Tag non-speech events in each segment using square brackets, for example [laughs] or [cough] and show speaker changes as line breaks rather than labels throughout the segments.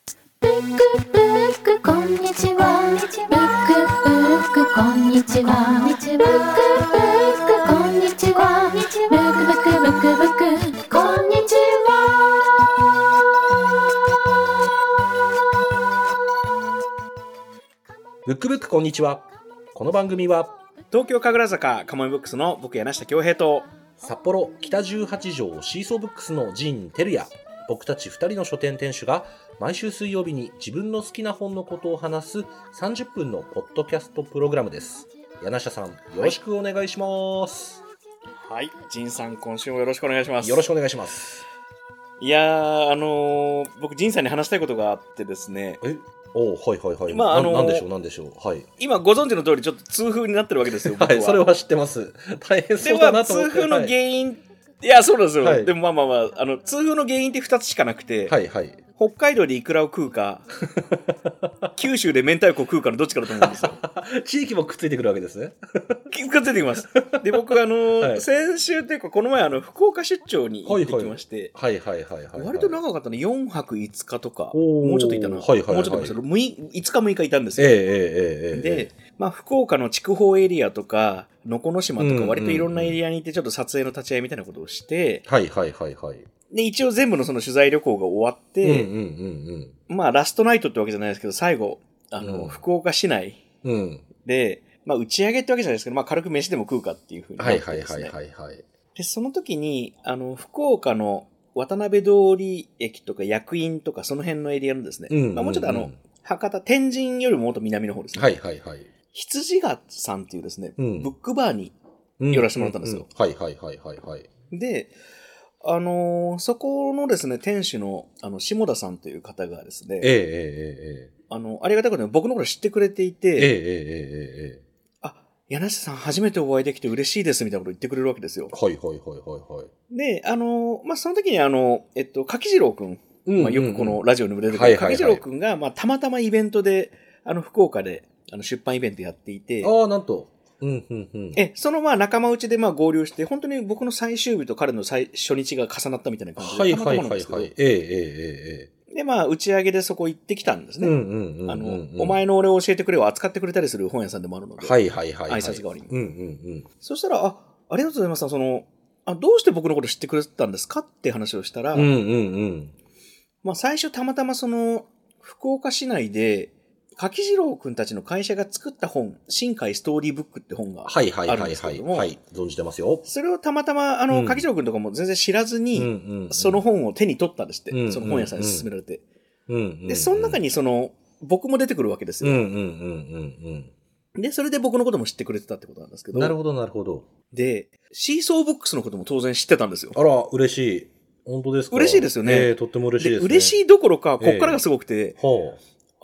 ックブックこんにちはブックブックこんにちはブックブックこんにちはブックブックブックブックこんにちは
ブックブックこんにちは。この番組は
東京神楽坂カモイブックスの僕柳下恭平と
札幌北18条シーソーブックスのジン・テルヤ僕たち2人の書店店主が毎週水曜日に自分の好きな本のことを話す30分のポッドキャストプログラムです柳下さんよろしくお願いします、
はい仁さん今週もよろしくお願いします
よろしくお願いします
いやーあのー、僕仁さんに話したいことがあってですね
えおうはいはいはい、
まあ
な
あの
なんでしょうなんでしょうはい、
今ご存知の通りちょっと痛風になってるわけですよ僕は、
はい、それは知ってます大変
で
そうだ
は
なと思
痛
って
風の原因、い、やそうなんですよ、
はい
でもまあまあまああの痛風の原因って2つしかなくて、
はいはいはい
北海道でイクラを食うか九州で明太子を食うかのどっちかだと思うんですよ
地域もくっついてくるわけですね
気がついてきますで僕あのー
はい
先週というかこの前あの福岡出張に行ってきまして、
はいはいはいはい、はい、
割と長かったね、4泊5日とか、
おー
もうちょっといたな、
はいはいはい
もうちょっといました6日5日6日いたんです
ええ
よ。
ええええええ
で、まあ、福岡の筑豊エリアとか、能古島
う
と
んう
か、
ん
割といろんなエリアに行って、ちょっと撮影の立ち会いみたいなことをして、
はいはいはいはい。
で、一応全部のその取材旅行が終わ
う
っ
ん
て、
うん
まあ、ラストナイトってわけじゃないですけど、最後、あの、
うん
福岡市内
うんうん。うん。
で、まあ、打ち上げってわけじゃないですけど、まあ、軽く飯でも食うかっていうふうになっ
は
て
い
です、ね。
はいはいはいはい。
で、その時に、あの、福岡の渡辺通り駅とか役員とかその辺のエリアのですね、
うんうんうん
まあ、もうちょっとあの、博多、天神よりももっと南の方ですね。
はいはいはい。
羊がさんっていうですね、
うん
ブックバーに、
うん
寄らせてもらったんですよ。
ううはいはいはいはいはい。
で、あのーそこのですね、店主の、あの、下田さんという方がです
ええ
ね、
え
あの、ありがたいことに僕のこと知ってくれてい
えええええええ
て、
えええ
あ、柳瀬さん初めてお会いできて嬉しいですみたいなこと言ってくれるわけですよ。
はいはいはいはいはい。
で、あのーまあ、その時にあの、えっと、柿次郎くん
うん
まあ、よくこの、ラジオにも出てく
はい
る、
はいはい
柿次郎くんが、まあ、たまたまイベントで、あの、福岡で、あの、出版イベントやっていて、
ああ、なんと。うんうんうん。
え、そのまあ、仲間内でまあ、合流して、本当に僕の最終日と彼の最初日が重なったみたいな感じで、
はい
たまた
はい
まなん
はい
ですけど
はい。えええええ
で、まあ、打ち上げでそこ行ってきたんです
えう
ね。
んうんうんうん。
あの、お前の俺を教えてくれを扱ってくれたりする本屋さんでもあるので、
はいはいはいはい。
挨拶代わりに
うんうん
そしたら、あ、ありがとうございます。その、あどうして僕のこと知ってくれてたんですかって話をしたら、
うん。うんうんうん。
まあ、最初たまたまその、福岡市内で、柿次郎くんたちの会社が作った本、新海ストーリーブックって本が、
はいはい
あるん
はい
です
は
け
い。
ども
はい。存じてますよ。
それをたまたま、あ
う
の、
ん
柿次郎くんとかも全然知ら
う
ず
ん
に、
うんうん。
その、本を手に取ったんですって、
うん
その本屋さんに勧められて。
うんうんうん。
で、その中にその、僕も出てくるわけです
うんうん
よ、
うんうん
で、それで僕のことも知ってくれてたってことなんですけ
うん。
ど、
なるほどなるほど。
で、シーソーブックスのことも当然知ってたんですよ。
あら、嬉しい。本当ですか
嬉しいですよね
ええとっても嬉しいです、ね。
嬉し
い。
いどころか、こっからがすごくて、
は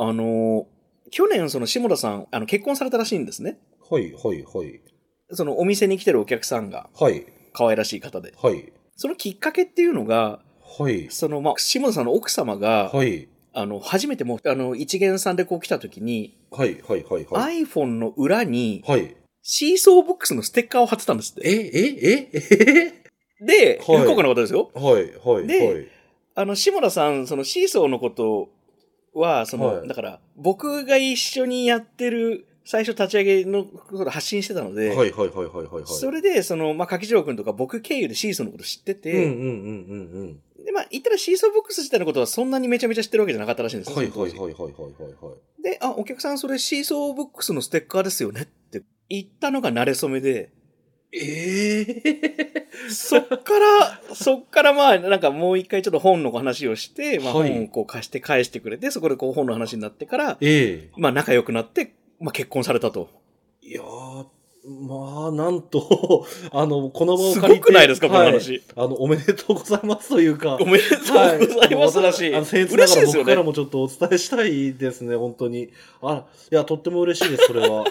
あの、去年その下田さん、あの、結婚されたらしいんですね。
あ、はい、はい、はい。
そのお店に来てるお客さんが
はい、
可愛らしい方で。
はい、
そのきっかけっていうのが、
はい、
そのまあ、下田さんの奥様が、
はい、
あの、初めてもう、あの、一元さんでこう来た時に、
はい、はい、はい、はい。
iPhone の裏に、
はい。
シーソーボックスのステッカーを貼ってたんですって。
え、え、え、え、
で、
はい
福岡の方ですよ。
[laughs] はい、はい、はい
で。あの、下田さん、そのシーソーのことは、その、
はい
だから、僕が一緒にやってる、最初立ち上げのことを発信してたので、
はい、はい、はい、はい、はい。
それで、その、まあ、柿次郎くんとか僕経由でシーソーのこと知って
うん、う
て、
ん、うん、うん、うん。
で、まあ、言ったらシーソーボックス自体のことはそんなにめちゃめちゃ知ってるわけじゃなかったらしいんですよ
はい、
その
は
当
い、
時
はい、はい、はい、はい。はい
で、あ、お客さんそれシーソーボックスのステッカーですよねって言ったのが慣れ初めで、
ええ
そっから、そっからまあ、なんかもう一回ちょっと本の話をして、まあ
はい
本をこう貸して返してくれて、そこでこう本の話になってから、
[laughs] ええ
まあ仲良くなって、まあ結婚されたと。
いやー、まあ、なんと、 [laughs] あの、この場を
す
借りて。
ごくないですか、この
はい。
話。
あの、おめでとうございますというか
お。めでとうございますだし、
あの僭越なが
嬉しい
ら
ですよ
僕から
ね。
もちょっとお伝えしたいですね、本当に。あ、いや、とっても嬉しいです、それは。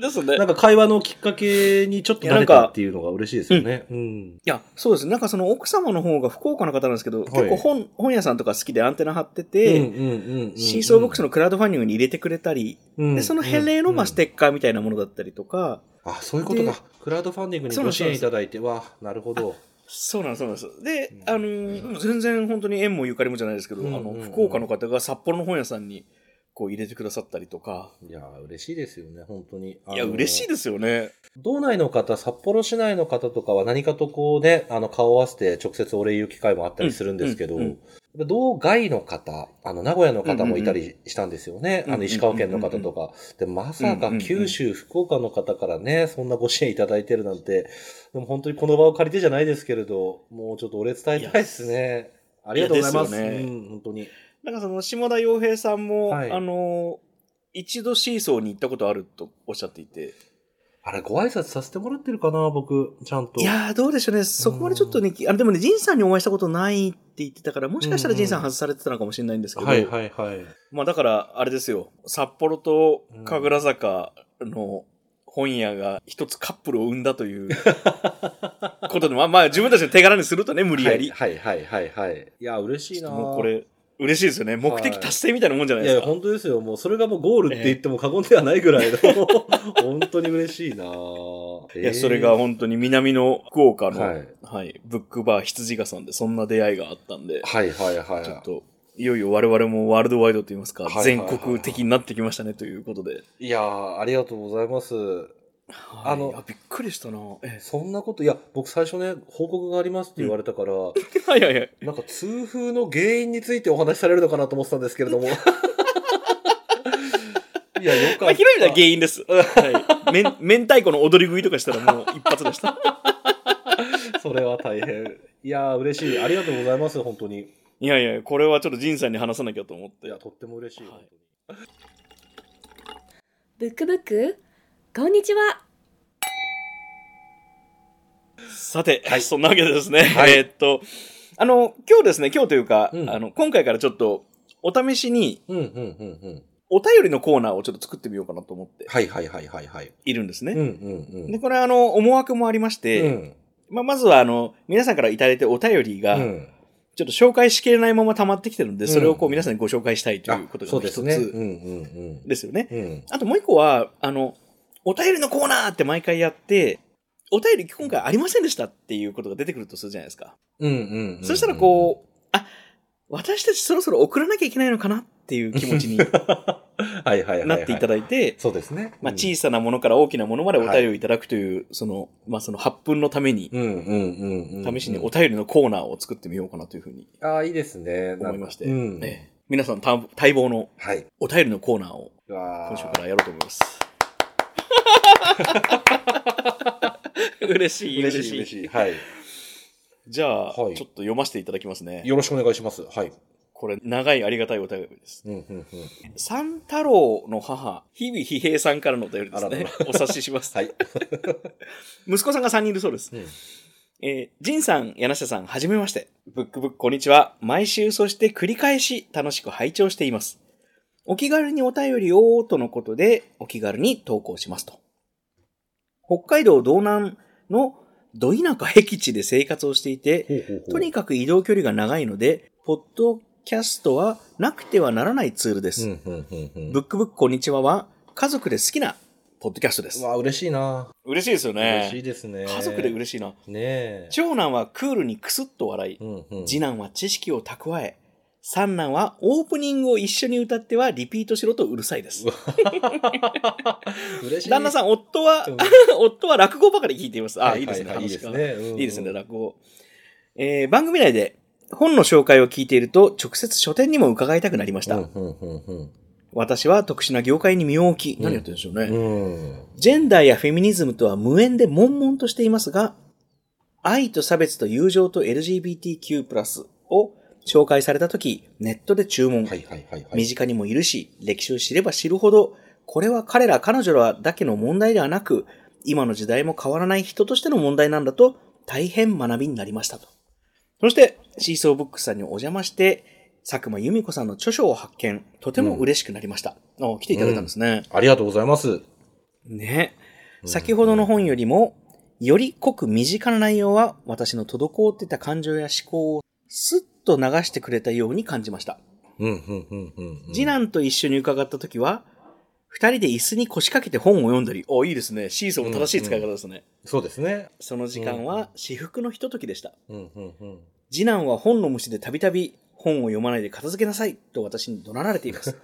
ですね。
なんか会話のきっかけにちょっと慣れたっていうのが嬉しいですよね。うん。
いや、そうです。なんかその奥様の方が福岡の方なんですけど、
い
結構本、本屋さんとか好きでアンテナ張って
うん
て、
うんうんうん
シーソーボックスのクラウドファンディングに入れてくれたり、
うん
で、その返礼の、まあ、ステッカーみたいなものだったりとか、
あ、そういうこと
で
か。クラウドファンディングに
そう
ご
なんです
支援いただいて、わ、なるほど。
そうなんです、そうなんです。で
うん、
あのー全然本当に縁もゆかりもじゃないですけど、
うん
あ
うんう
の、
ん
福岡の方が札幌の本屋さんに、こう入れてくださったりとか。
いやー、嬉しいですよね、本当に。
いや、嬉しい
す。
ですよね。
道内の方、札幌市内の方とかは何かとこうね、あの、顔を合わせて直接お礼言う機会もあったりするんですけど、
うんうんうん
道外の方、あの、名古屋の方もいたりしたんですよね。
うんう
あ
んうん
の、石川県の方とか。で、まさか九州、福岡の方からね、そんなご支援いただいてるなんて、でも本当にこの場を借りてじゃないですけれど、もうちょっとお礼伝えたいですね。ありがとうございます。
いやですよね
うん、本当に。
なんかその、下田洋平さんも、
はい
あのー一度シーソーに行ったことあるとおっしゃっていて。
あれ、ご挨拶させてもらってるかな、僕、ちゃんと。
いやー、どうでしょうね。そこまでちょっとね、あの、でもね、ジンさんにお会いしたことないって言ってたから、もしかしたらジンさん外されてたのかもしれないんですけど、
はいはいはい。
まあだから、あれですよ。札幌と神楽坂の本屋が一つカップルを生んだという [laughs] ことで、まあまあ自分たちの手柄にするとね、無理やり。
はいはいはいはいはい。いや、嬉しいな
もうこれ、嬉しいですよね。目的達成みたいなもんじゃない
い
です
や、
か。
本当ですよ。もう、それがもうゴールって言っても過言ではないぐらいの、 [laughs] 本当に嬉しいな、え
いや、それが本当に南の福岡の、
は
はいい、ブックバー羊がさんでそんな出会いがあったんで、
はいはいはい。
ちょっと、いよいよ我々もワールドワイドと言いますか、
はいはいはい
全国的になってきましたねということで。
いやー、ありがとうございます。
はい
あの
びっくりしたな。
[laughs]
え
そんなこと、いや、僕最初ね、報告がありますって言われた
[laughs]
から、
えはいはいはい。
なんか痛風の原因についてお話しされるのかなと思ってたんですけれど
[laughs]
も。いや、よかった。
まあ、ひろゆきは原因です。はい。めん [laughs] 明太子の踊り食いとかしたらもう一発で [laughs] した。
それは大変。いやー、嬉しい。ありがとうございます、本当に。
いやいや、これはちょっと仁さんに話さなきゃと思っ
い
て。
や、とっても嬉しい。
は
本
い
当に
ブックブックこんにちは
さて、
はい
そんなわけでですね、
はい
えーっと、あの、今日ですね、今日というか、
うん
あの、今回からちょっと、お試しに、
うんうんうんうん。
お便りのコーナーをちょっと作ってみようかなと思って
はいはいはいはいはい。
いるんです
うん
ね。
うんうん。
で、これはあの、思惑もありまして、
うん
まあ、まずはあの、皆さんからいただいてお便りが、
うん、
ちょっと紹介しきれないまま溜まってきてるので、
うん
それをこう皆さんにご紹介したいということ
あそう
が
で
一
す
つ
ね。うんうん
ですよね。
うん。うん。
あともう一個は、あの、お便りのコーナーって毎回やって、お便り今回ありませんでしたっていうことが出てくるとするじゃないですか。
うんうん、うん。
そしたらこう、あ、私たちそろそろ送らなきゃいけないのかなっていう気持ちに
う、 [laughs] はいはいはい、はい。
なっていただいて、
そうですね。
まあ小
さ
さなものから大きなものまでお便りをいただくという、その、まあその発分のために、
うんうんうんうん。
試しにお便りのコーナーを作ってみようかなというふうに
ああ、いいですね。
思いまして、
なんかうん。
ええ皆さんた待望の
はい。
お便りのコーナーを
うわ
今週
ー
からやろうと思います。 [laughs] 嬉しい、
嬉
嬉
しい
しい
嬉。しい。はい。
じゃあ、
はい
ちょっと読ませていただきますね。
よろしくお願いします。はい。
これ、長いありがたいお便りです。
うんうんうん。
三太郎の母、日々比平さんからのお便りです
あら
ね
ら。
お察しします。 [laughs]
はい。
息子さんが3人いるそうです。
うん
えー、仁さん、柳下さん、はじめまして。ブックブック、こんにちは。毎週、そして繰り返し、楽しく拝聴しています。お気軽にお便りを、とのことで、お気軽に投稿しますと。北海道道南のど田舎僻地で生活をしていて、
ほうほうほう。
とにかく移動距離が長いので、ポッドキャストはなくてはならないツールで
う
す。
んうんうんうん。
ブックブックこんにちはは、家族で好きなポッドキャストです
う。わー嬉しいな、
嬉しいですよ
嬉しいですね。
家族で嬉しいな。
ねえ。
長男はクールにクスッと笑い、
うんうん。
次男は知識を蓄え、三男はオープニングを一緒に歌ってはリピートしろとうるさいです
う。わ嬉しい。
旦那さん、夫は、
うん
[laughs] 夫は落語ばかり聞いています。あ、
はい
いですね、
はいはいいいで
話
す
が。
ね。うん
いいですね、落語。えー番組内で本の紹介を聞いていると、直接書店にも伺いたくなりました。
うんうんうん
私は特殊な業界に身を置き、
うん
何やってるんでしょうね、
うん。うん。
ジェンダーやフェミニズムとは無縁で悶々としていますが、愛と差別と友情と LGBTQ+, を紹介された時、ネットで注文。
はいはいはいはい。
身近にもいるし、歴史を知れば知るほど、これは彼ら彼女らだけの問題ではなく、今の時代も変わらない人としての問題なんだと、大変学びになりましたと。そして、シーソーブックスさんにお邪魔して、佐久間由美子さんの著書を発見、とても嬉しくなりました。あ来ていただいたんですね。
ありがとうございます。
ね。先ほどの本よりも、より濃く身近な内容は、私の滞ってた感情や思考をスッと流してくれたように感じました。
うんうんうんうんうん。
次男と一緒に伺った時は、二人で椅子に腰掛けて本を読んだり、おいいですね。シーソーも正しい使い方ですね。
そうですね。
その時間は至福のひとときでした。
うんうんうん。
次男は本の虫でたびたび本を読まないで片付けなさいと私に怒鳴られてい [laughs] ます。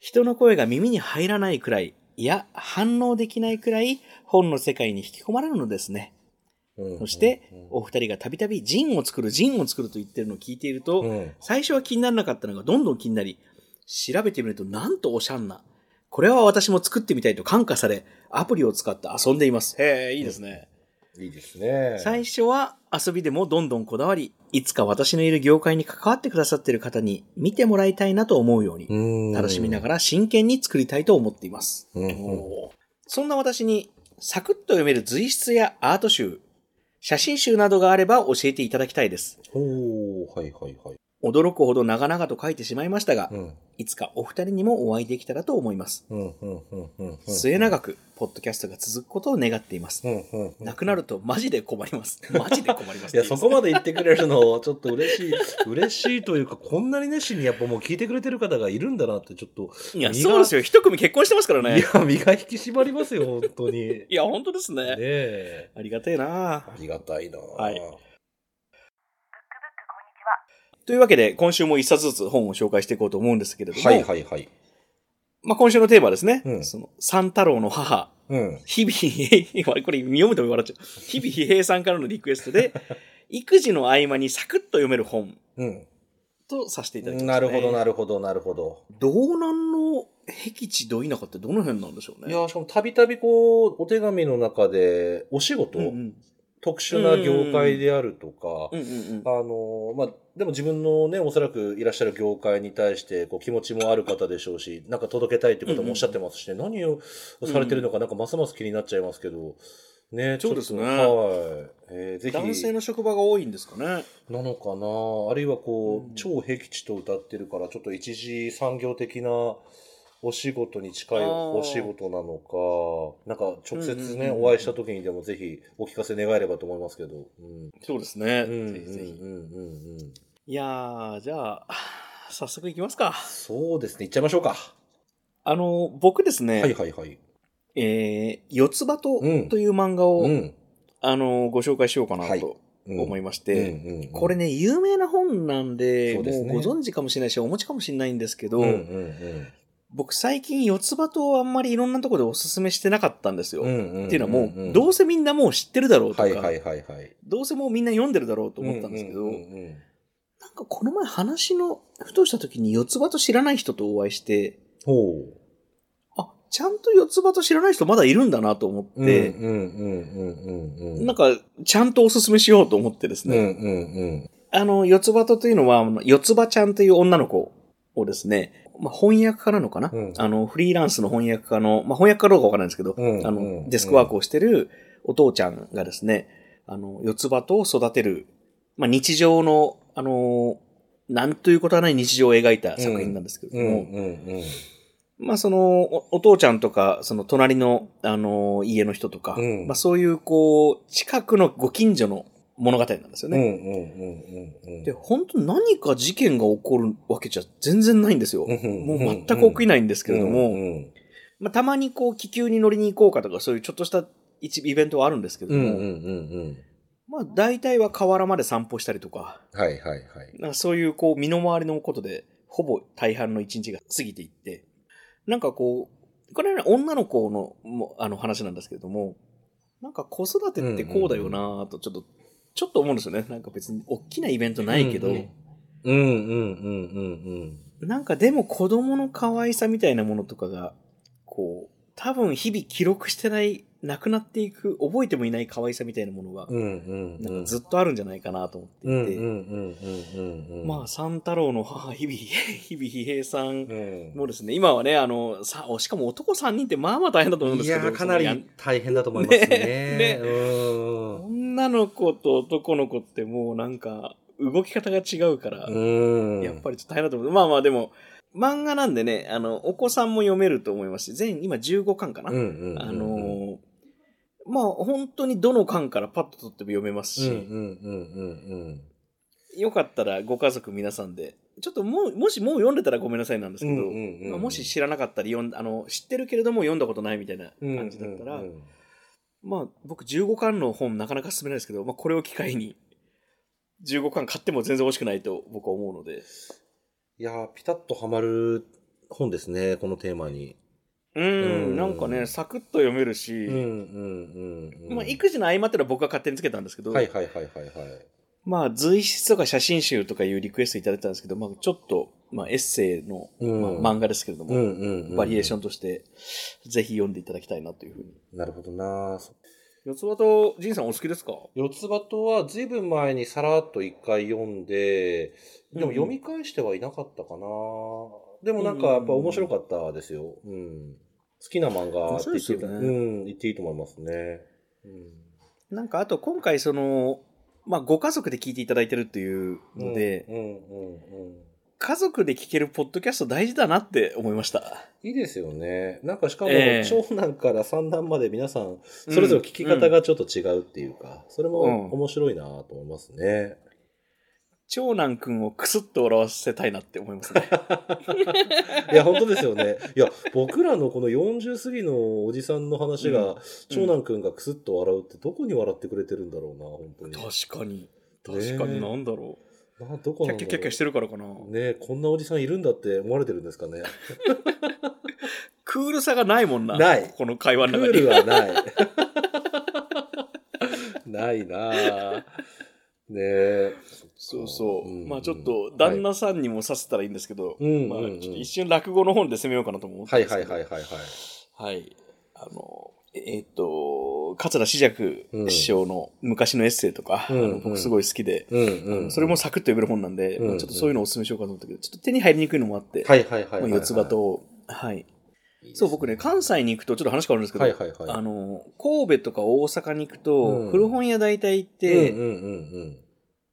人の声が耳に入らないくらい、いや、反応できないくらい本の世界に引き込まれるのですね。
うんうん
そして
うん、
お二人がたびたびジンを作る、ジンを作ると言ってるのを聞いていると、
うん
最初は気にならなかったのがどんどん気になり、調べてみるとなんとおしゃんな。これは私も作ってみたいと感化され、アプリを使って遊んでいます。へえ、いいですね。
いいですね。
最初は遊びでもどんどんこだわり、いつか私のいる業界に関わってくださっている方に見てもらいたいなと思うように、楽
楽
しみな
が
がら真剣に作りたいと思っています。
ら。うんうん
おーそんな私に、サクッと読める随筆やアート集、写真集などがあれば教えていただきたいです。
おー、はいはいはい。
驚くほど長々と書いてしまいましたが、
うん
いつかお二人にもお会いできたらと思います。
うんうんうんうんうん。
末永く、ポッドキャストが続くことを願っています
う。んうんうん
なくなるとマジで困
[laughs]
ります。マジで困ります。
いや、そこまで言ってくれるの、ちょっと嬉しい、嬉しいというか、こんなに熱心にやっぱもう聞いてくれてる方がいるんだなって、ちょっと、
いや、そうですよ。一組結婚してますから
い
ね。
や、身が引き締まりますよ、本当に。ね
いや、本当ですね。
え。
ありがたいな
ありがたいな
はいというわけで、今週も一冊ずつ本を紹介していこうと思うんですけれども、
はいはいはい。
まあ、今週のテーマはですね、
うん
その、三太郎の母、
うん。
日々平平、これ読むと笑っちゃう。日々平平さんからのリクエスト
[laughs]
で、育児の合間にサクッと読める本
うん。
とさせていただきま
な
す、
るほどな
る
るほどなるほど。
道南の僻地ど田舎ってどの辺なんでしょう
い
ね。
や、しかもたびたびこう、お手紙の中で、お仕事、
うんうん
特殊な業界であるとか、
うんうんうん。
あのまあ、でも自分のね、おそらくいらっしゃる業界に対して、こう、気持ちもある方でしょうし、なんか届けたいって方もおっしゃってますしね、何をされてるのか、なんかますます気になっちゃいますけど、ね、
そうですね
ちょっとはい。えーぜひ、
男性の職場が多いんですかね。
なのかなあるいはこう、
うん
超僻地と歌ってるから、ちょっと一次産業的なお仕事に近い
あー
お仕事なのか、なんか直接ね、
うんうんうんうん
お会いした時にでもぜひお聞かせ願えればと思いますけど。うん。
そうですね。
うん
ぜひぜひ
うんうんうんうん
いやー、じゃあ、早速いきますか。
そうですね、行っちゃいましょうか。
あの、僕ですね、
はいはいはい。
えー、四つ葉と
うん
という漫画を、
うん。
あの、ご紹介しようかな
はい
と
うん
思いまし
う
て、
んうんうん
これね、有名な本なんで、
そうですね
もうご存知かもしれないし、お持ちかもしれないんですけど、
うんうん
僕最近四つ葉とあんまりいろんなところでおすすめしてなかったんですよ。
うん。んんんん
っていうのはもう、どうせみんなもう知ってるだろうとか、
はいはいはいはい。
どうせもうみんな読んでるだろうと思ったんですけど、
ううんうん
なんかこの前話の、ふとした時に四つ葉と知らない人とお会いして、
ほう。
あ、ちゃんと四つ葉と知らない人まだいるんだなと思っ
で、
て、
うんうんうんうんうん。
なんか、ちゃんとおすすめしようと思ってです
うんうん
ね、
うん。
あの、四つ葉とというのは、あの四つ葉ちゃんという女の子をですね、まあ、翻訳家なのかな、
うん
あの、フリーランスの翻訳家の、まあ、翻訳かどうかわからないんですけど、
うん
あ
うん
の、デスクワークをしてるお父ちゃんがですね、あの、四つ葉と育てる、まあ、日常の、あの、なんということはない日常を描いた作品なんですけれど
う
も、
んうん
まあそのお、お父ちゃんとか、その隣の、あの家の人とか、
うん
まあそういうこう、近くのご近所の物語なんですよ
うん。うんう
ね。
んうんうん。
で、本当何か事件が起こるわけじゃ全然ないんですよ。
うん
もう全く起きないんですけれども、
うんうん
まあたまにこう気球に乗りに行こうかとか、そういうちょっとした一イベントはあるんですけれ
う
ど
ん
も、
うんうん
まあ大体は河原まで散歩したりとか、
うん。はいはいはい。
なんかそういうこう身の回りのことで、ほぼ大半の一日が過ぎていって、なんかこう、これはね女の子のもあの話なんですけれども、なんか子育てってこうだよなぁとちょっと、ちょっと思うんですよね。なんか別に大きなイベントないけど、
うんうんうんうんうん
なんかでも子供の可愛さみたいなものとかが、こう、多分日々記録してない、なくなっていく、覚えてもいない可愛さみたいなものが
うん。う、んうんうん。
なんかずっとあるんじゃないかなと思って
うんう
い
ん
て、
うんうんうんうん。
まあ、三太郎の母、日々、日々、比平さん
うん。
もうですね、今はね、あの、さ、おしかも男3人ってまあまあ大変だと思うんで
い
すけ
やー、
ど。
かな
そのや
り
ん
大変だと思いますね。
ねね
うん。
女の子と男の子ってもうなんか、動き方が違うから、
うん。
やっぱりちょっと大変だと思う。まあまあでも、漫画なんでね、あの、お子さんも読めると思いますし、全、今15巻かな。
うんうんうんうん。
あのーまあ本当にどの巻からパッと取っても読めます
うん
し、
うんうんうんうん。
よかったらご家族皆さんで、ちょっともう、もしもう読んでたらごめんなさいなんですけど、まあもし知らなかったり読んあの、知ってるけれども読んだことないみたいな感じだったら、
うんうんうん
まあ僕15巻の本なかなか進めないですけど、まあこれを機会に、15巻買っても全然惜しくないと僕は思うので。
いやー、ピタッとハマる本ですね、このテーマに。
うん、
うん
なんかね、サクッと読めるし、
うんうんうん、うん。
まあ育児の合間っていうのは僕が勝手につけたんですけど、
はいはいはいはいはい。
まあ随筆とか写真集とかいうリクエストいただいたんですけど、まあちょっと、まあエッセイの、
うん
まあ漫画ですけれども、
うんうん、うん。
バリエーショ
ン。
ンとして、ぜひ読んでいただきたいなというふうに。
なるほどなそ
四つ葉と仁さんお好きですか
四つ葉とは随分前にさらっと一回読んで、でも読み返してはいなかったかな、でもなんかやっぱ面白かったですよ。うん。好きな漫画って言っていいと、
面白いですよね
うん、言っていいと思いますね。うん。
なんかあと今回その、まあご家族で聞いていただいてるっていうので、
うんうんうんうん。
家族で聞けるポッドキャスト大事だなって思いました。
いいですよね。なんかしかも、
ええ
長男から三男まで皆さん、それぞれ聞き方がちょっと違うっていうか、それも面白いなと思いますね。
長男くんをクスッと笑わせたいなって思いますね。
いや、本当ですよ
[laughs]
ね。いや、僕らのこの40過ぎのおじさんの話が、
うん
長男くんがクスッと笑うってどこに笑ってくれてるんだろうな、本当に。
確かに。
ね
確かになんだろ
など
う。
こ
キ
な
ャ
ん
ッ
だろう
キャッキャッキャしてるからかな。
ねこんなおじさんいるんだって思われてるんですかね。
クールさがないもんな。
ない
この会話
ク
の中
ー
に。
ルはない。 [laughs] ないなぁ。ねえ。
そうそう。
ん
まあちょっと、旦那さんにもさせたらいいんですけど、
うん
まあ
うんうん
ちょっと一瞬落語の本で攻めようかなとも思って
は
るん
い
です
は
け
い
ど
はいはいはい。
はい。あの、ええっと、桂志尺
うん
師匠の昔のエッセイとか、
うん
あの僕すごい好きで、
うん
あのそれも、サクッと読める本なんで、
うん
まあちょっとそういうのをお勧めしようかと思ったけど、ちょっと手に入りにくいのもあって、
はいはいはいはいは
ま
い。
あ四つ葉と、はい。そう、僕ね、関西に行くと、ちょっと話変わるんですけど、
はいはいはい。
あの、神戸とか大阪に行くと、
うん
古本屋大体行っ
うん
て、
うんうん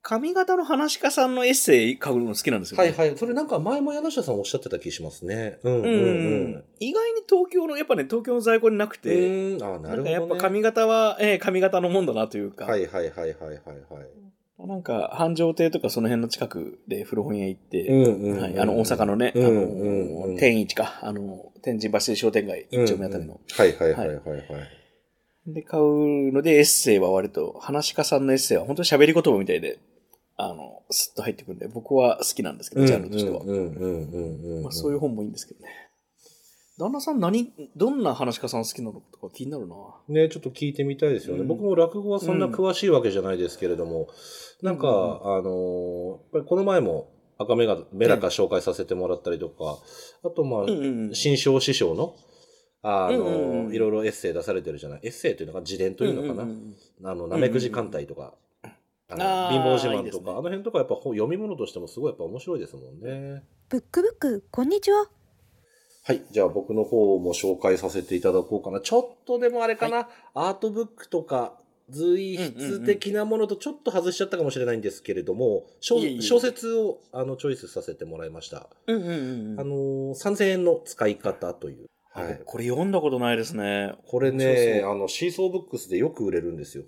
髪型の話家さんのエッセイ買うの好きなんです
うん。
よ、ね。
はいはい。それなんか前も柳下さんおっしゃってた気しますね。うんうん
う
うん
ん。意外に東京の、やっぱね、東京の在庫になくて、
で、あな
な
るほど、
んか
ね。
やっぱ髪型は、ええ髪型のもんだなというか、
はいはいはいはいはいはい。
なんか繁盛亭とかその辺の近くで古本屋行って、
んう
はい、あの大阪のね、
うん
あ
うんうん
の天一か、あの天神橋商店街一丁目あたりの、
はいはいはいはいはい。
で、買うのでエッセイは割と、話し家さんのエッセイは本当に喋り言葉みたいで、あの、スッと入ってくるんで、僕は好きなんですけど、ジャンルとしては。
うんうんうんうん。
まあ、そういう本もいいんですけどね。旦那さん何、どんな話し家さん好きなのとか気になるな。
ね、ちょっと聞いてみたいですよね。
うん
僕も落語はそんな詳しいわけじゃないですけれども、なんか、
うん
あのーやっぱりこの前も赤目が、メラカ紹介させてもらったりとか、あとまあ、
うんうんうん
新章師匠の、あのー
うんうんうん
いろいろエッセイ出されてるじゃない。エッセイというのか、自伝というのかな。
んんん
あの、なめくじ艦隊とか、あの
あー
貧乏自慢
いいで
と
す
か、
ね
あの辺とかやっぱ本読み物としてもすごいやっぱ面白いですもんね。
ブックブックこんにちは
はい。じゃあ僕の方も紹介させていただこうかな。ちょっとでもあれかな、アートブックとか、随筆的なものとちょっと外しちゃったかもしれないんですけれども、小
いえいえ
小説をあのチョイスさせてもらいました。
うんうんうん
あのー、3000円の使い方という。は
僕
い。
これ読んだことないですね。
これ
面白
ね、
そう
あの、シーソーブックスでよく売れるんですよ。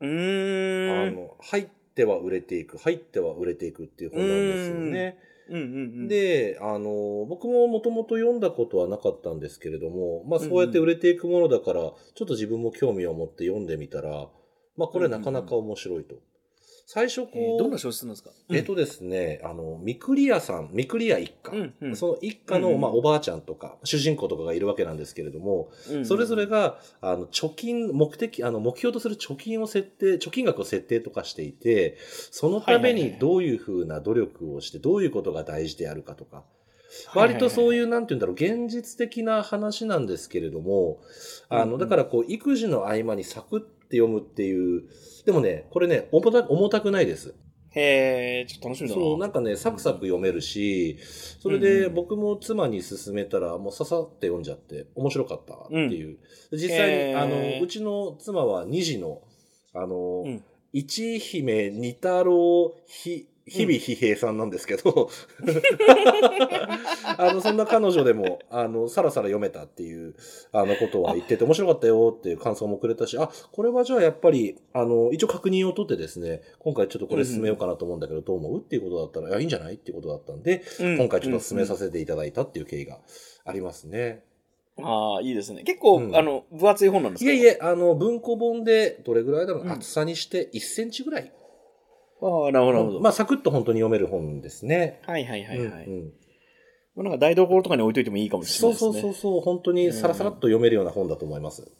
う
あ
ーん。
の、入っては売れていく、入っては売れていくっていう本なんですよね。
うんうんうん、
で、あの、僕ももともと読んだことはなかったんですけれども、まあそうやって売れていくものだから、ちょっと自分も興味を持って読んでみたら、まあこれなかなか面白いと。最初こう
え、ーどんな小説なんですか
えっ、とですね、あの、ミクリアさん、ミクリア一家。
うんうん
その一家の、
うんうん
まあ、おばあちゃんとか、主人公とかがいるわけなんですけれども、
うん
それぞれが、あの、貯金、目的、あの、目標とする貯金を設定、貯金額を設定とかしていて、そのため
はいはい
に
はい
どういうふうな努力をして、どういうことが大事であるかとか、
はいはいはい
割とそういう、なんて言うんだろう、現実的な話なんですけれども、あ
うんう
の、
ん
だからこう、育児の合間にサクって読むっていう、でもね、これね、重た重たくないです。
へえ、ちょっと楽しみだな。
そう、なんかね、サクサク読めるし、それ
うん
で
うん
僕も妻に勧めたら、もうささって読んじゃって、面白かったっていう。実際に、
へー
あの、うちの妻は2児の、あの、
うん
一姫二太郎ひ、日々疲弊さんなんですけど、 [laughs] あの、そんな彼女でも、あの、さらさら読めたっていう、あの、ことは言ってて、面白かったよっていう感想もくれたし、あ、これはじゃあやっぱり、あの、一応確認を取ってですね、今回ちょっとこれ進めようかなと思うんだけど、どう思うっていうことだったら、いや、いいんじゃないっていうことだったんで、今回ちょっと進めさ
せ
せていただいたっていう経緯がありますね。
ああ、いいですね。結構、
うん
あの、分厚い本なんです
い
か
えい
え。
え、あの、文庫本でどれぐらいだろう、
うん
厚さにして1センチぐらい。
ああ、なるほど、なるほど。
まあ、サクッと本当に読める本ですね。
はいはいはいはい。
うんうん
まあなんか台所とかに置いといてもいいかもしれ
そ
な
う
いです
そ
ね。
うそうそう、本当にさらさらっと読めるような本だと思います。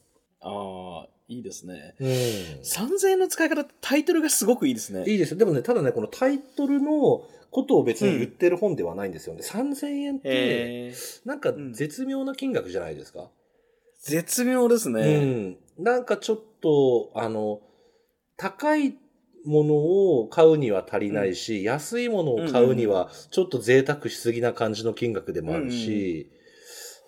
ああ、いいですね。
うん
3000円の使い方、タイトルがすごくいいですね。
いいですよでもね、ただね、このタイトルのことを別に言ってる本ではないんですよね。3000円って、
え
なんか
うん
絶妙な金額じゃないですか。
絶妙です
う
ね。
ん。なんかちょっと、あの、高いものを買うには足りないし、安いものを買うにはちょっと贅沢しすぎな感じの金額でもあるし、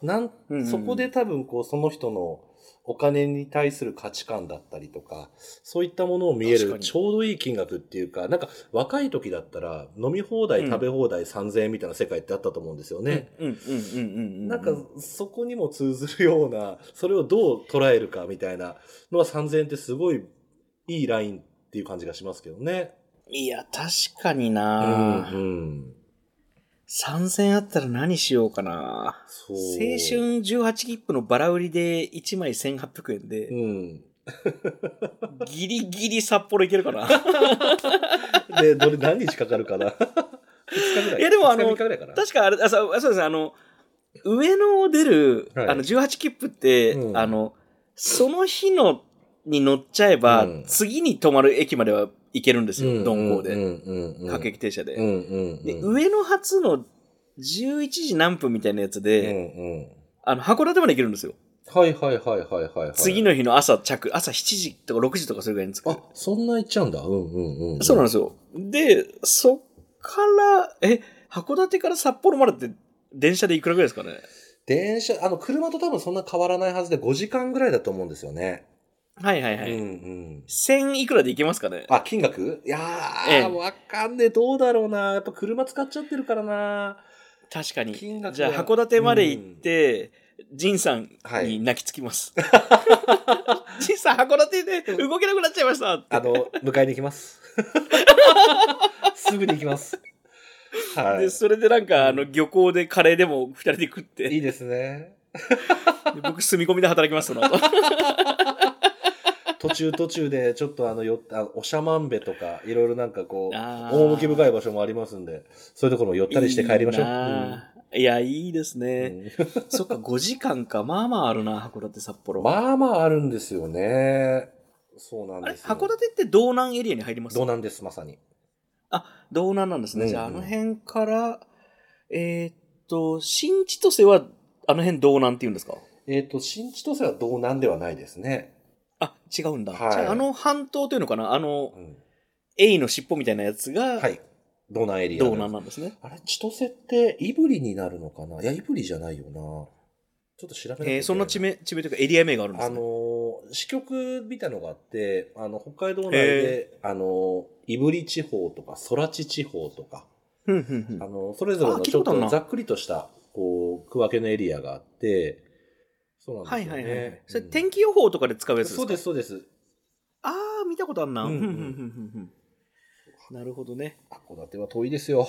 なん
うんうんうん
そこで多分こうその人のお金に対する価値観だったりとか、そういったものを見え
確か
る
に
ちょうどいい金額っていうか、なんか若い時だったら飲み放題、
うん
食べ放題3000円みたいな世界ってあったと思うんですよね。
うんうんうんうんうん。
なんかそこにも通ずるような、それをどう捉えるかみたいなのは3000円ってすごいいいラインっていう感じがしますけどね。
いや、確かに
う
な、
んうん。
3000円あったら何しようかな
そ
青
う。
春18切符のバラ売りで1枚1800円で、
うん。
ギリギリ札幌行けるかな
で、どれ何日かかるかな ?2 日ぐらい。
いやでもあの
2日3日ぐらいかな。
確かあれ、あそうあそうですね、あの、上野を出る、
はい
あの18切符って、
うん
あの、その日のに乗っちゃえば、
うん
次に泊まる駅までは行けるんですよ、鈍行
うん
で、
うんうんうん
各駅停車で。
うんうん
で、
うん
上野発の11時何分みたいなやつ
うん
で、
うん
あの、函館まで行けるんですよ。
はいはいはいはいはいはい。
次の日の朝着、朝7時とか6時とかそれぐらいに着く
あ。、そんな行っちゃうんだ。うんうんうん。
そうなん
ん
ですよ。で、そっから、え、函館から札幌までって電車でいくらぐらいですかね
電車、あの、車と多分そんな変わらないはずで5時間ぐらいだと思うんですよね。
はいはいはい。
うんうん。
1000いくらで行けますかね
あ、金額いやー、
ええ
わかんねえ。どうだろうな。やっぱ車使っちゃってるからな。
確かに。
金額は
じゃあ、函館まで行って、ジンさん
はい
に泣きつ
[laughs]
きます。ジンさん、函館で動けなくなっちゃいましたって
あの、
[laughs]
迎えに行きます。すぐに行きます。は
で、それでなん
うん
か、あの、漁港でカレーでも二人で食
い。
っ
い
て、
いですね。
で僕住み込みで働きます、その後。
[laughs] 途中途中でちょっとあのよったおしゃまんべとかいろいろなんかこう
あー
趣深い場所もありますんでそういうところも寄ったりして帰りましょう
いいなあいや、いいです
うん
ね。そっか、5時間か。まあまああるな、函館、札
うん
幌。
まあまああるんですよねそうなん
あれ
ですよ
函館って道南エリアに入ります
どうなんですまさに
道南なんですね。
うん
じゃあ、あの辺から、えーっと、新千歳は、あの辺道南って言うんですか
えっ、と新千歳はどうなんではないですね、
あ、違うんだ。
はい
じゃあ、あの半島というのかなあの
う、ん
エイの尻尾みたいなやつが、
はい道南エリア
道南なんですね。
あれ千歳って胆振になるのかないや胆振じゃないよなちょっと調べなきゃいけない
えーそんな地名、地名というかエリア名があるんで
あ
すね。
のー支局みたいのがあって、あの、北海道内で、あのー、胆振地方とか、空知地方とか、
ふんふんふん
あのー、それぞれの
あ聞い
ち
た
ょ
こ
っ
とあるな
とざっくりとした、こう、区分けのエリアがあって、そうなん
は
で
い
すよ
は
ね。
いはい。それ
うん
天気予報とかで使うやつですか
そうです、そうです。
ああ、見たことあるな。
う
うんん
う
うんんうんうんうんなるほどね。
函館は遠いですよ。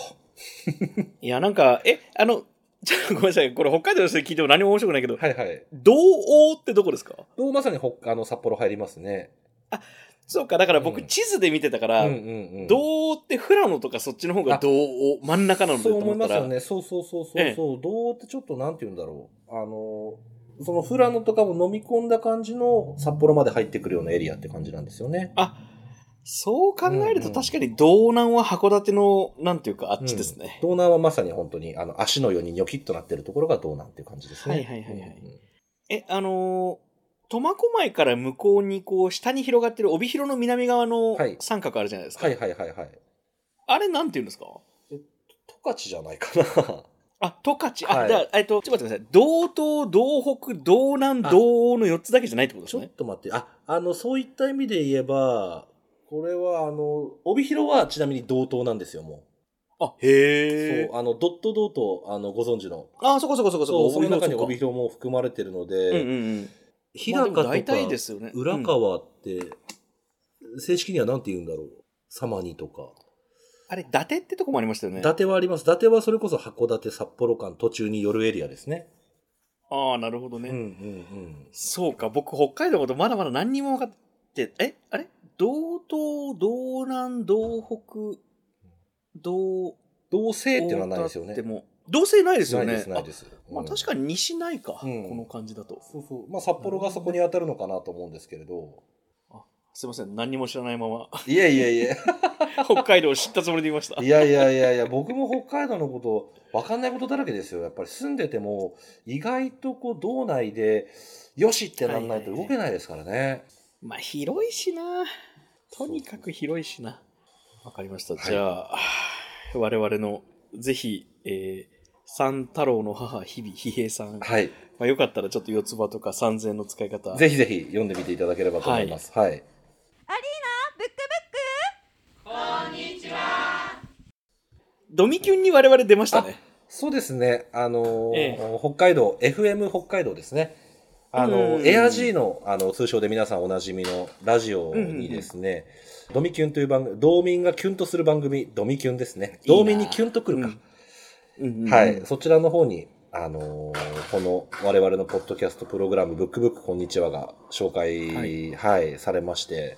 いや、なんか、え、あの、 [laughs] ちょっとごめんなさい。これ北海道の人に聞いても何も面白くないけど、
はいはい。
道央ってどこですか
どうまさに北、あの、札幌入りますね。
そうか、だから
う
僕
ん
地図で見てたか
うん
ら、
うんうん。
道央って富良野とかそっちの方
あ
が道央、真ん中なので
そ
と
う思
思
い
っ
ま
た
す
ら。
よね。そうそうそうそうそう、
ええ
どうってちょっとなんて言うんだろう。あの、その富良野とかも飲み込んだ感じの札幌まで入ってくるようなエリアって感じなんですよね。
そう考える
うんう
と
ん
確かに道南は函館の、なんていうかあっちですね。
道南はまさに本当にあの足のようにニョキッとなってるところが道南っていう感じですね。
はいはいはいはい
うんうん
え、あのー苫小牧から向こうにこう、下に広がってる帯広の南側の
はい
三角あるじゃないですか。
はいはいはいはい。
あれなんて言うんですか
十勝じゃないかな。
あ、十勝。あ、
はい
じゃあ、えっと、ちょっと待ってください。道東、道北、道南、
あ
道央の4つだけじゃないってこ
[laughs]
とで
ち
す
ょっ
ね。
と待って、あ、あの、そういった意味で言えば、これは、あの、帯広はちなみに同等なんですよ、も
あ、
う。
へえ。
そう、あの、ドット同等、あの、ご存知の。
あ、そこそこそこそ
そ
こ。
う、その中に
そうか
帯広も含まれてるの
うんう
で、
んうん。
日
まあ
高
で
と
も
か、
大体ですよね。
浦
うん
川って、正式にはなんて言うんだろう。サマニとか。
あれ、伊達ってとこもありましたよね。
伊達はあります。伊達はそれこそ函館、札幌間途中に夜エリアですね。
ああ、なるほどね。
うんうんうん。
そうか、僕、北海道のことまだまだ何にも分かって、えあれ道東、道南、道北、道、
同性っていうのはないですよね
で。も、道西ないですよ
ない
ね。
です、ないです。
あまあ、
うん
確かに西ないか、
うん
この感じだと。
そうそう。まあ、札幌がそこに当たるのかなと思うんですけれど。
すいません、何にも知らないまま、
[laughs] いやいやいや。
北海道を知ったつもりでいました。
[laughs] いやいやいやいや、僕も北海道のこと、わかんないことだらけですよ。やっぱり住んでても、意外とこう、道内で、よしってなんないと動けないですからね。
まあ、広いしな。とにかく広いしな。わかりました。じゃあ、我々の、ぜひ、えー、三太郎の母、日々、比平さん。
はい。
まあ、よかったらちょっと四つ葉とか三千の使い方。
ぜひぜひ読んでみていただければと思います。はい。
ドミキュンに我々出ましたね。
そうですね。あのー
え
北海道、FM 北海道ですね。あの
う
ー、
ん
エア G の、あの、通称で皆さんおなじみのラジオにですね、ドミキュンという番組、道民がキュンとする番組、ドミキュンですね。
いいな
道民にキュンとくるか。
うんうん
はい、そちらの方に、あのーこの我々のポッドキャストプログラム、ブックブックこんにちはが紹介、
は
はい、されまして、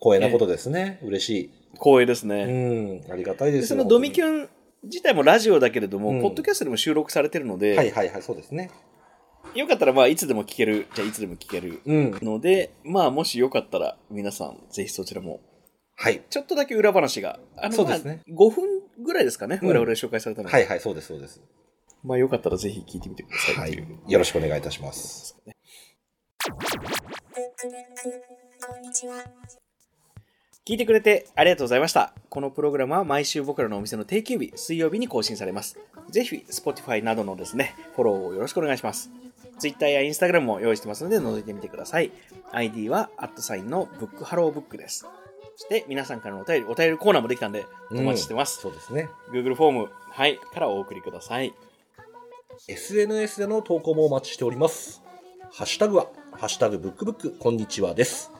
光栄なことですね。嬉し
光栄です
い。
ね。
うん、ありがたいで
ですそ
よ
のドミキ
ン
ュン自体もラジオだけれども、
うん
ポッドキャストでも収録されてるので、
はいはいはい、そうですね。
よかったらまあいつでも聞ける、じゃあいつでも聞ける
うん。
ので、まあもしよかったら皆さんぜひそちらも。
はい。
ちょっとだけ裏話が。あ
そうですね
まあ5分ぐらいですかね。
うん
我々紹介されたので。
はいはい、そうです、そうです。
まあよかったらぜひ聞いてみてくださ
はい
ってい。。
いうよろしくお願いいたします。
聞いてくれてありがとうございました。このプログラムは毎週僕らのお店の定休日、水曜日に更新されます。ぜひ、Spotify などのですね、フォローをよろしくお願いします。Twitter や Instagram も用意してますので、覗いてみてください。ID は、アットサインのブックハローブックです。そして、皆さんからのお便り、お便りコーナーもできたんで、お待ちしてます。
そうですね。
Google フォーム、はい、からお送りください。
SNS での投稿もお待ちしております。ハッシュタグは、ハッシュタグブックブックこんにちはです。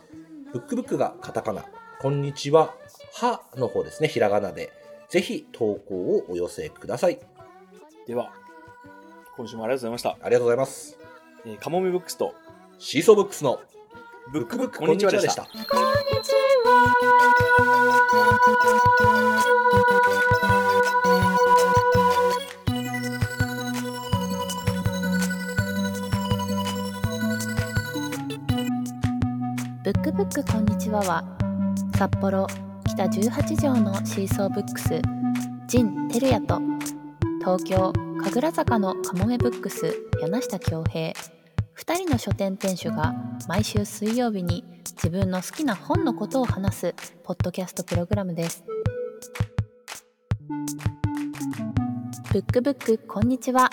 ブックブックがカタカナ、こんにちは、はの方ですね、ひらがなで。ぜひ投稿をお寄せください。
では、今週もありがとうございまし
ありがとうございます。
た。えーカモメブックスと、
シーソーブックスの
ブ
ブッ
ック
ク
ブ
ブ
ッ
ッ
ク
ク
こ
こ
ん
ん
に
に
ち
ちは
はで
で
し
したた。
ブックブックこんにちはは札幌北十八条のシーソーブックスジン・テルヤと東京神楽坂のカモメブックス柳下恭平2人の書店店主が毎週水曜日に自分の好きな本のことを話すポッドキャストプログラムです。ブックブックこんにちは。